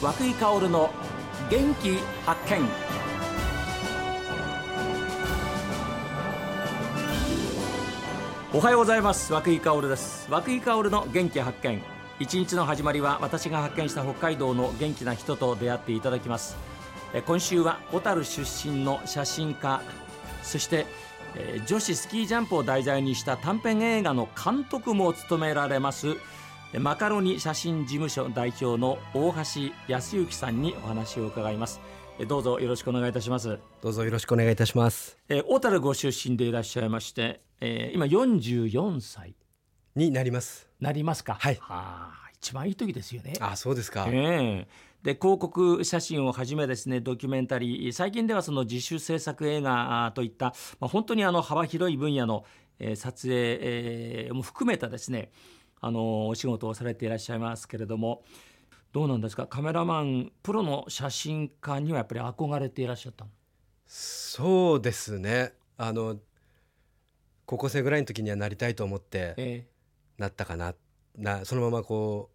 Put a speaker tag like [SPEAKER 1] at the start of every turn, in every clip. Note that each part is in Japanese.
[SPEAKER 1] 和久井薫の元気発見おはようございます和久井薫です和久井薫の元気発見一日の始まりは私が発見した北海道の元気な人と出会っていただきますえ今週は小樽出身の写真家そしてえー女子スキージャンプを題材にした短編映画の監督も務められますえマカロニ写真事務所代表の大橋康之さんにお話を伺いますえどうぞよろしくお願いいたします
[SPEAKER 2] どうぞよろしくお願いいたします。
[SPEAKER 1] えー小樽ご出身でいらっしゃいまして、えー今44歳
[SPEAKER 2] になります。
[SPEAKER 1] なりますか
[SPEAKER 2] はい
[SPEAKER 1] あー一番いい時ですよね
[SPEAKER 2] あ、そうですか。
[SPEAKER 1] ええで広告写真をはじめですねドキュメンタリー最近ではその自主制作映画あといった、まあ、本当にあの幅広い分野の、えー撮影、えーも含めたですねあのお仕事をされていらっしゃいますけれどもどうなんですかカメラマンプロの写真家にはやっぱり憧れていらっしゃったの
[SPEAKER 2] そうですね。あの高校生ぐらいの時にはなりたいと思って
[SPEAKER 1] え
[SPEAKER 2] なったかな。なそのままこ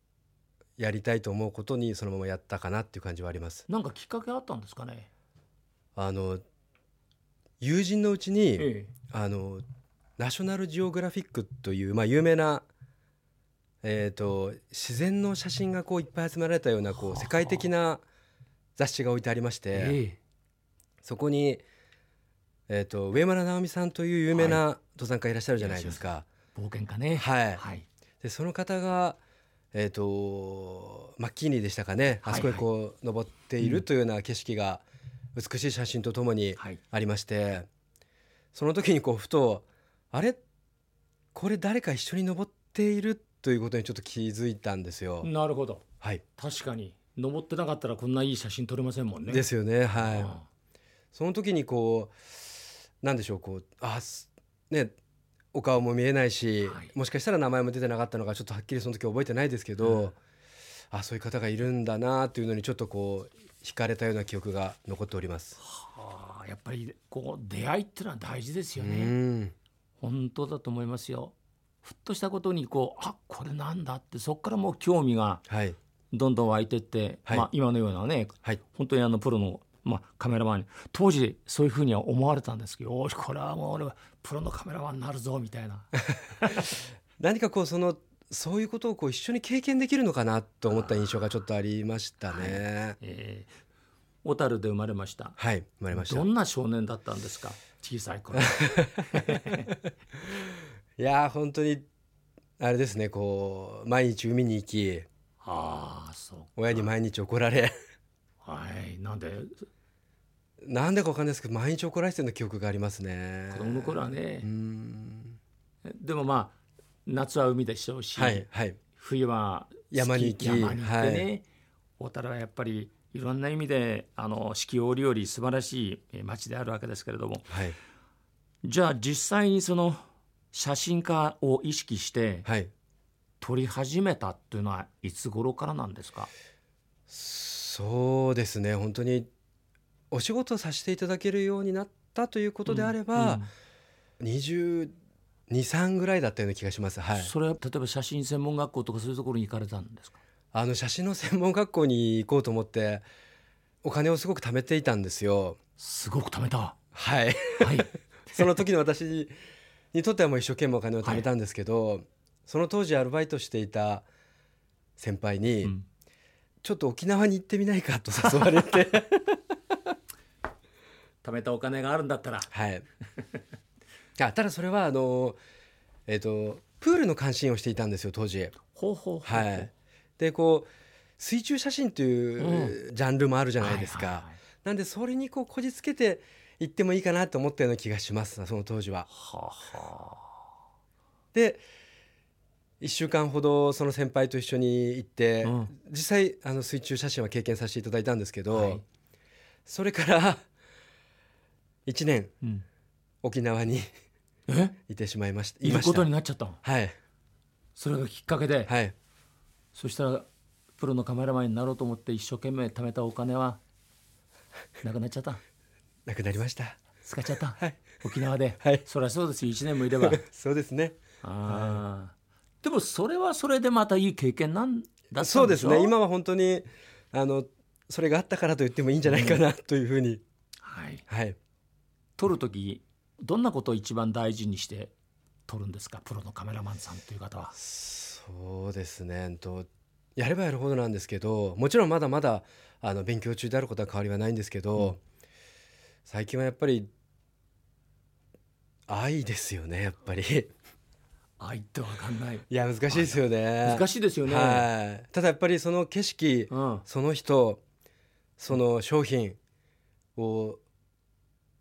[SPEAKER 2] うやりたいと思うことにそのままやったかなっていう感じはあります。
[SPEAKER 1] ーなんかきっかけあったんですかね
[SPEAKER 2] あの友人のうちに、
[SPEAKER 1] え
[SPEAKER 2] あのナショナルジオグラフィックというまあ有名なえー、と自然の写真がこういっぱい集められたような
[SPEAKER 1] は
[SPEAKER 2] こう
[SPEAKER 1] あ
[SPEAKER 2] 世界的な雑誌が置いてありまして、
[SPEAKER 1] え
[SPEAKER 2] そこに、えー、と上村直美さんという有名な登山家いらっしゃるじゃないですか。
[SPEAKER 1] 冒険家ね
[SPEAKER 2] はい、
[SPEAKER 1] はい
[SPEAKER 2] でその方が、えー、とマッキーニーでしたかね、
[SPEAKER 1] はい
[SPEAKER 2] あそこへこう登っているというような景色が美しい写真とともに
[SPEAKER 1] はい
[SPEAKER 2] ありまして、その時にこうふとあれこれ誰か一緒に登っているということにちょっと気づいたんですよ。
[SPEAKER 1] なるほど
[SPEAKER 2] はい、
[SPEAKER 1] 確かに登ってなかったらこんないい写真撮れませんもんね
[SPEAKER 2] ですよね。はい、
[SPEAKER 1] うん
[SPEAKER 2] その時にこうなんでしょうこうあすねお顔も見えないし、
[SPEAKER 1] はい
[SPEAKER 2] もしかしたら名前も出てなかったのかちょっとはっきりその時覚えてないですけど、
[SPEAKER 1] うん
[SPEAKER 2] あそういう方がいるんだなっていうのにちょっとこう惹かれたような記憶が残っております。
[SPEAKER 1] はあやっぱりこう出会いってのは大事です
[SPEAKER 2] う
[SPEAKER 1] よね、
[SPEAKER 2] ん
[SPEAKER 1] 本当だと思いますよふっとしたことにこうあこれなんだってそこからもう興味が
[SPEAKER 2] はい
[SPEAKER 1] どんどん湧いてって、
[SPEAKER 2] はい
[SPEAKER 1] まあ、今のようなね
[SPEAKER 2] はい
[SPEAKER 1] 本当にあのプロの、まあ、カメラマンに当時そういうふうには思われたんですけどよしこれはもう俺はプロのカメラマンになるぞみたい な
[SPEAKER 2] 何かこうそのそういうことをこう一緒に経験できるのかなと思った印象がちょっとありましたね。
[SPEAKER 1] えー小樽、で生まれました
[SPEAKER 2] はい、生まれました
[SPEAKER 1] ど。んな少年だったんですか小さい頃
[SPEAKER 2] いやー本当にあれですねこう毎日海に行き
[SPEAKER 1] ああそう
[SPEAKER 2] 親に毎日怒られ。
[SPEAKER 1] はいなんで
[SPEAKER 2] なんでかわかんないですけど毎日怒られてるの記憶がありますね
[SPEAKER 1] 子供の頃はね
[SPEAKER 2] うー、ん
[SPEAKER 1] でもまあ夏は海でしょうし、
[SPEAKER 2] はいはい
[SPEAKER 1] 冬は
[SPEAKER 2] 山に行き
[SPEAKER 1] スキー山に行ってね、
[SPEAKER 2] は
[SPEAKER 1] 小樽はやっぱりいろんな意味であの四季折々素晴らしいえー街であるわけですけれども
[SPEAKER 2] はい
[SPEAKER 1] じゃあ実際にその写真家を意識して
[SPEAKER 2] はい
[SPEAKER 1] 撮り始めたっていうのはいつ頃からなんですか、
[SPEAKER 2] そうですね本当にお仕事をさせていただけるようになったということであれば、22、3ぐらいだったような気がします。はい。
[SPEAKER 1] それは例えば写真専門学校とかそういうところに行かれたんですか
[SPEAKER 2] あの写真の専門学校に行こうと思って、お金をすごく貯めていたんですよ。
[SPEAKER 1] すごく貯めたは
[SPEAKER 2] はい。
[SPEAKER 1] い
[SPEAKER 2] その時の私にとってはもう一生懸命お金を貯めたんですけど、その当時アルバイトしていた先輩に、
[SPEAKER 1] うん
[SPEAKER 2] ちょっと沖縄に行ってみないかと誘わ れて
[SPEAKER 1] 貯めたお金があるんだったら
[SPEAKER 2] はいあただそれはあのえっ、とプールの監視員をしていたんですよ当時
[SPEAKER 1] ほうほうほうほう
[SPEAKER 2] はいでこう水中写真というジャンルもあるじゃないですか、
[SPEAKER 1] ははは
[SPEAKER 2] なんでそれにこうこじつけて行ってもいいかなと思ったような気がしますその当時は
[SPEAKER 1] はあは
[SPEAKER 2] で1週間ほどその先輩と一緒に行って、
[SPEAKER 1] うん
[SPEAKER 2] 実際あの水中写真は経験させていただいたんですけ
[SPEAKER 1] あ
[SPEAKER 2] ど、
[SPEAKER 1] はい
[SPEAKER 2] それから1年
[SPEAKER 1] うん
[SPEAKER 2] 沖縄に
[SPEAKER 1] え
[SPEAKER 2] いてしまいました
[SPEAKER 1] い
[SPEAKER 2] いま
[SPEAKER 1] る
[SPEAKER 2] し
[SPEAKER 1] こ
[SPEAKER 2] た
[SPEAKER 1] とになっちゃったの
[SPEAKER 2] はい
[SPEAKER 1] それがきっかけで、
[SPEAKER 2] はい
[SPEAKER 1] そしたらプロのカメラマンになろうと思って一生懸命貯めたお金はなくなっちゃった
[SPEAKER 2] なくなりました
[SPEAKER 1] 使っちゃった、
[SPEAKER 2] はい
[SPEAKER 1] 沖縄で、
[SPEAKER 2] はい
[SPEAKER 1] そりゃそうですよ1年もいれば
[SPEAKER 2] そうですね
[SPEAKER 1] あーでもそれはそれでまたいい経験なんだったん
[SPEAKER 2] そうです
[SPEAKER 1] し
[SPEAKER 2] ね
[SPEAKER 1] ょ
[SPEAKER 2] 今は本当にあのそれがあったからと言ってもいいんじゃないかなというふうに、
[SPEAKER 1] はい、
[SPEAKER 2] はい、
[SPEAKER 1] 撮る時どんなことを一番大事にして撮るんですかプロのカメラマンさんという方は。
[SPEAKER 2] そうですねうんとやればやるほどなんですけどもちろんまだまだあの勉強中であることは変わりはないんですけど、
[SPEAKER 1] うん
[SPEAKER 2] 最近はやっぱり愛ですよねやっ ぱりい
[SPEAKER 1] 愛ってわかんない
[SPEAKER 2] や難しいですよね
[SPEAKER 1] 難
[SPEAKER 2] い
[SPEAKER 1] しいですよね。
[SPEAKER 2] はい、ただやっぱりその景色、
[SPEAKER 1] うん
[SPEAKER 2] その人その商品を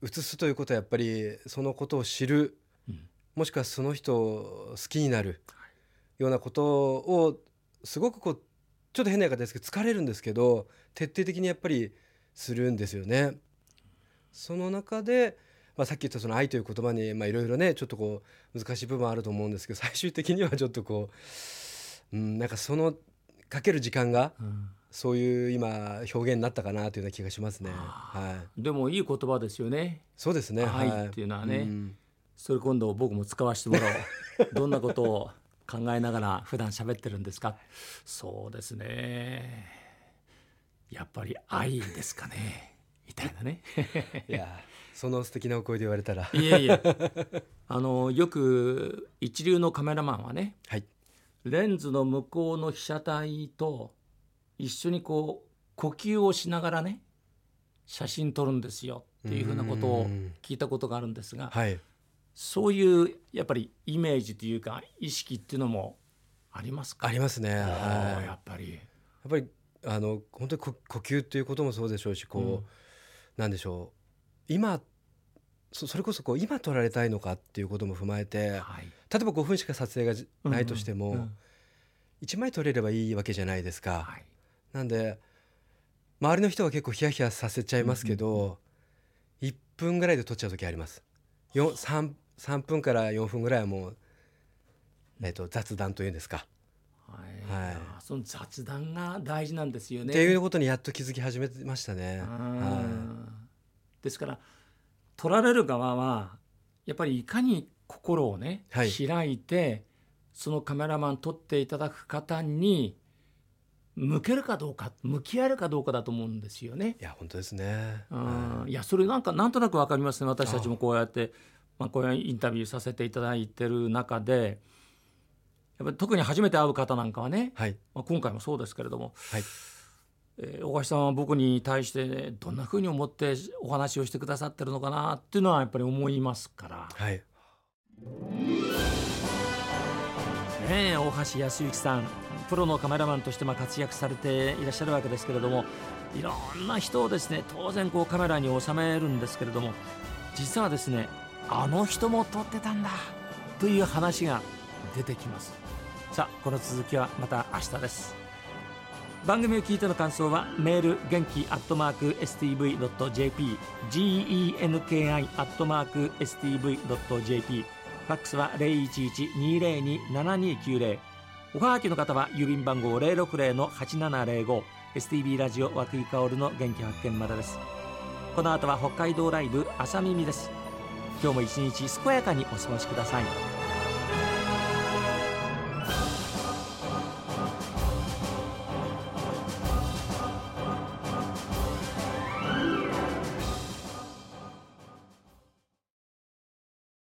[SPEAKER 2] 映すということはやっぱりそのことを知る
[SPEAKER 1] うん
[SPEAKER 2] もしくはその人を好きになるようなことをすごくこうちょっと変な言い方ですけど疲れるんですけど徹底的にやっぱりするんですよね。その中で、まあ、さっき言ったその愛という言葉にまあいろいろねちょっとこう難しい部分はあると思うんですけど最終的にはちょっとこう、うん、なんかそのかける時間が
[SPEAKER 1] うん
[SPEAKER 2] そういう今表現になったかなというような気がしますね。
[SPEAKER 1] あ
[SPEAKER 2] はい、
[SPEAKER 1] でもいい言葉ですよね。
[SPEAKER 2] そうですね。
[SPEAKER 1] 愛っていうのはね
[SPEAKER 2] ん
[SPEAKER 1] それ今度僕も使わせてもらお うどんなことを考えながら普段喋ってるんですかそうですねやっぱり愛ですかねみたいなね
[SPEAKER 2] いや、その素敵なお声で言われたら、
[SPEAKER 1] いえいえあのよく一流のカメラマンはね
[SPEAKER 2] はい、
[SPEAKER 1] レンズの向こうの被写体と一緒にこう呼吸をしながらね写真撮るんですよっていうふうなことを聞いたことがあるんですが
[SPEAKER 2] はい、
[SPEAKER 1] そういうやっぱりイメージというか意識っていうのもありますか。
[SPEAKER 2] ありますね。
[SPEAKER 1] あ
[SPEAKER 2] は
[SPEAKER 1] ーや
[SPEAKER 2] い、や
[SPEAKER 1] っぱり。
[SPEAKER 2] っぱりあの本当にこ呼吸っていうこともそうでしょうし、こう、
[SPEAKER 1] うん
[SPEAKER 2] なんでしょう。今そそれこそこう今撮られたいのかっていうことも踏まえて、
[SPEAKER 1] はい。
[SPEAKER 2] 例えば5分しか撮影がじないとして
[SPEAKER 1] うんうんう
[SPEAKER 2] も
[SPEAKER 1] ん、
[SPEAKER 2] 1枚撮れればいいわけじゃないですか。
[SPEAKER 1] はい。
[SPEAKER 2] なんで周りの人は結構ヒヤヒヤさせちゃいますけど、1分ぐらいで撮っちゃう時あります 3, 3分から4分ぐらいはもう、えっと雑談というんですか、
[SPEAKER 1] は
[SPEAKER 2] はいい
[SPEAKER 1] あーその雑談が大事なんですよね。
[SPEAKER 2] っていうことにやっと気づき始めましたね。は
[SPEAKER 1] うんですから取られる側はやっぱりいかに心をね、
[SPEAKER 2] はい
[SPEAKER 1] 開いてそのカメラマン撮っていただく方に向けるかどうか向き合えるかどうかだと思うんですよね。
[SPEAKER 2] い、いや本当ですね。
[SPEAKER 1] うん
[SPEAKER 2] はい
[SPEAKER 1] やそれなんかなんとなくわかりますね私たちもこうやってまあ、こういうインタビューさせていただいてる中でやっぱり特に初めて会う方なんかはね、
[SPEAKER 2] はい
[SPEAKER 1] まあ、今回もそうですけれども、
[SPEAKER 2] はい
[SPEAKER 1] えー大橋さんは僕に対して、ね、どんなふうに思ってお話をしてくださってるのかなっていうのはやっぱり思いますから。
[SPEAKER 2] はい
[SPEAKER 1] ねえ大橋康之さんプロのカメラマンとしてまあ活躍されていらっしゃるわけですけれどもいろんな人をですね当然こうカメラに収めるんですけれども実はですねあの人も撮ってたんだという話が出てきますさあこの続きはまた明日です番組を聞いての感想はメール元気アットマーク STV.jp genki アットマーク STV.jp ファックスは011-202-7290おはがきの方は郵便番号060-8705 STB ラジオ和久井薫の元気発見までですこの後は北海道ライブ朝耳です今日も一日健やかにお過ごしください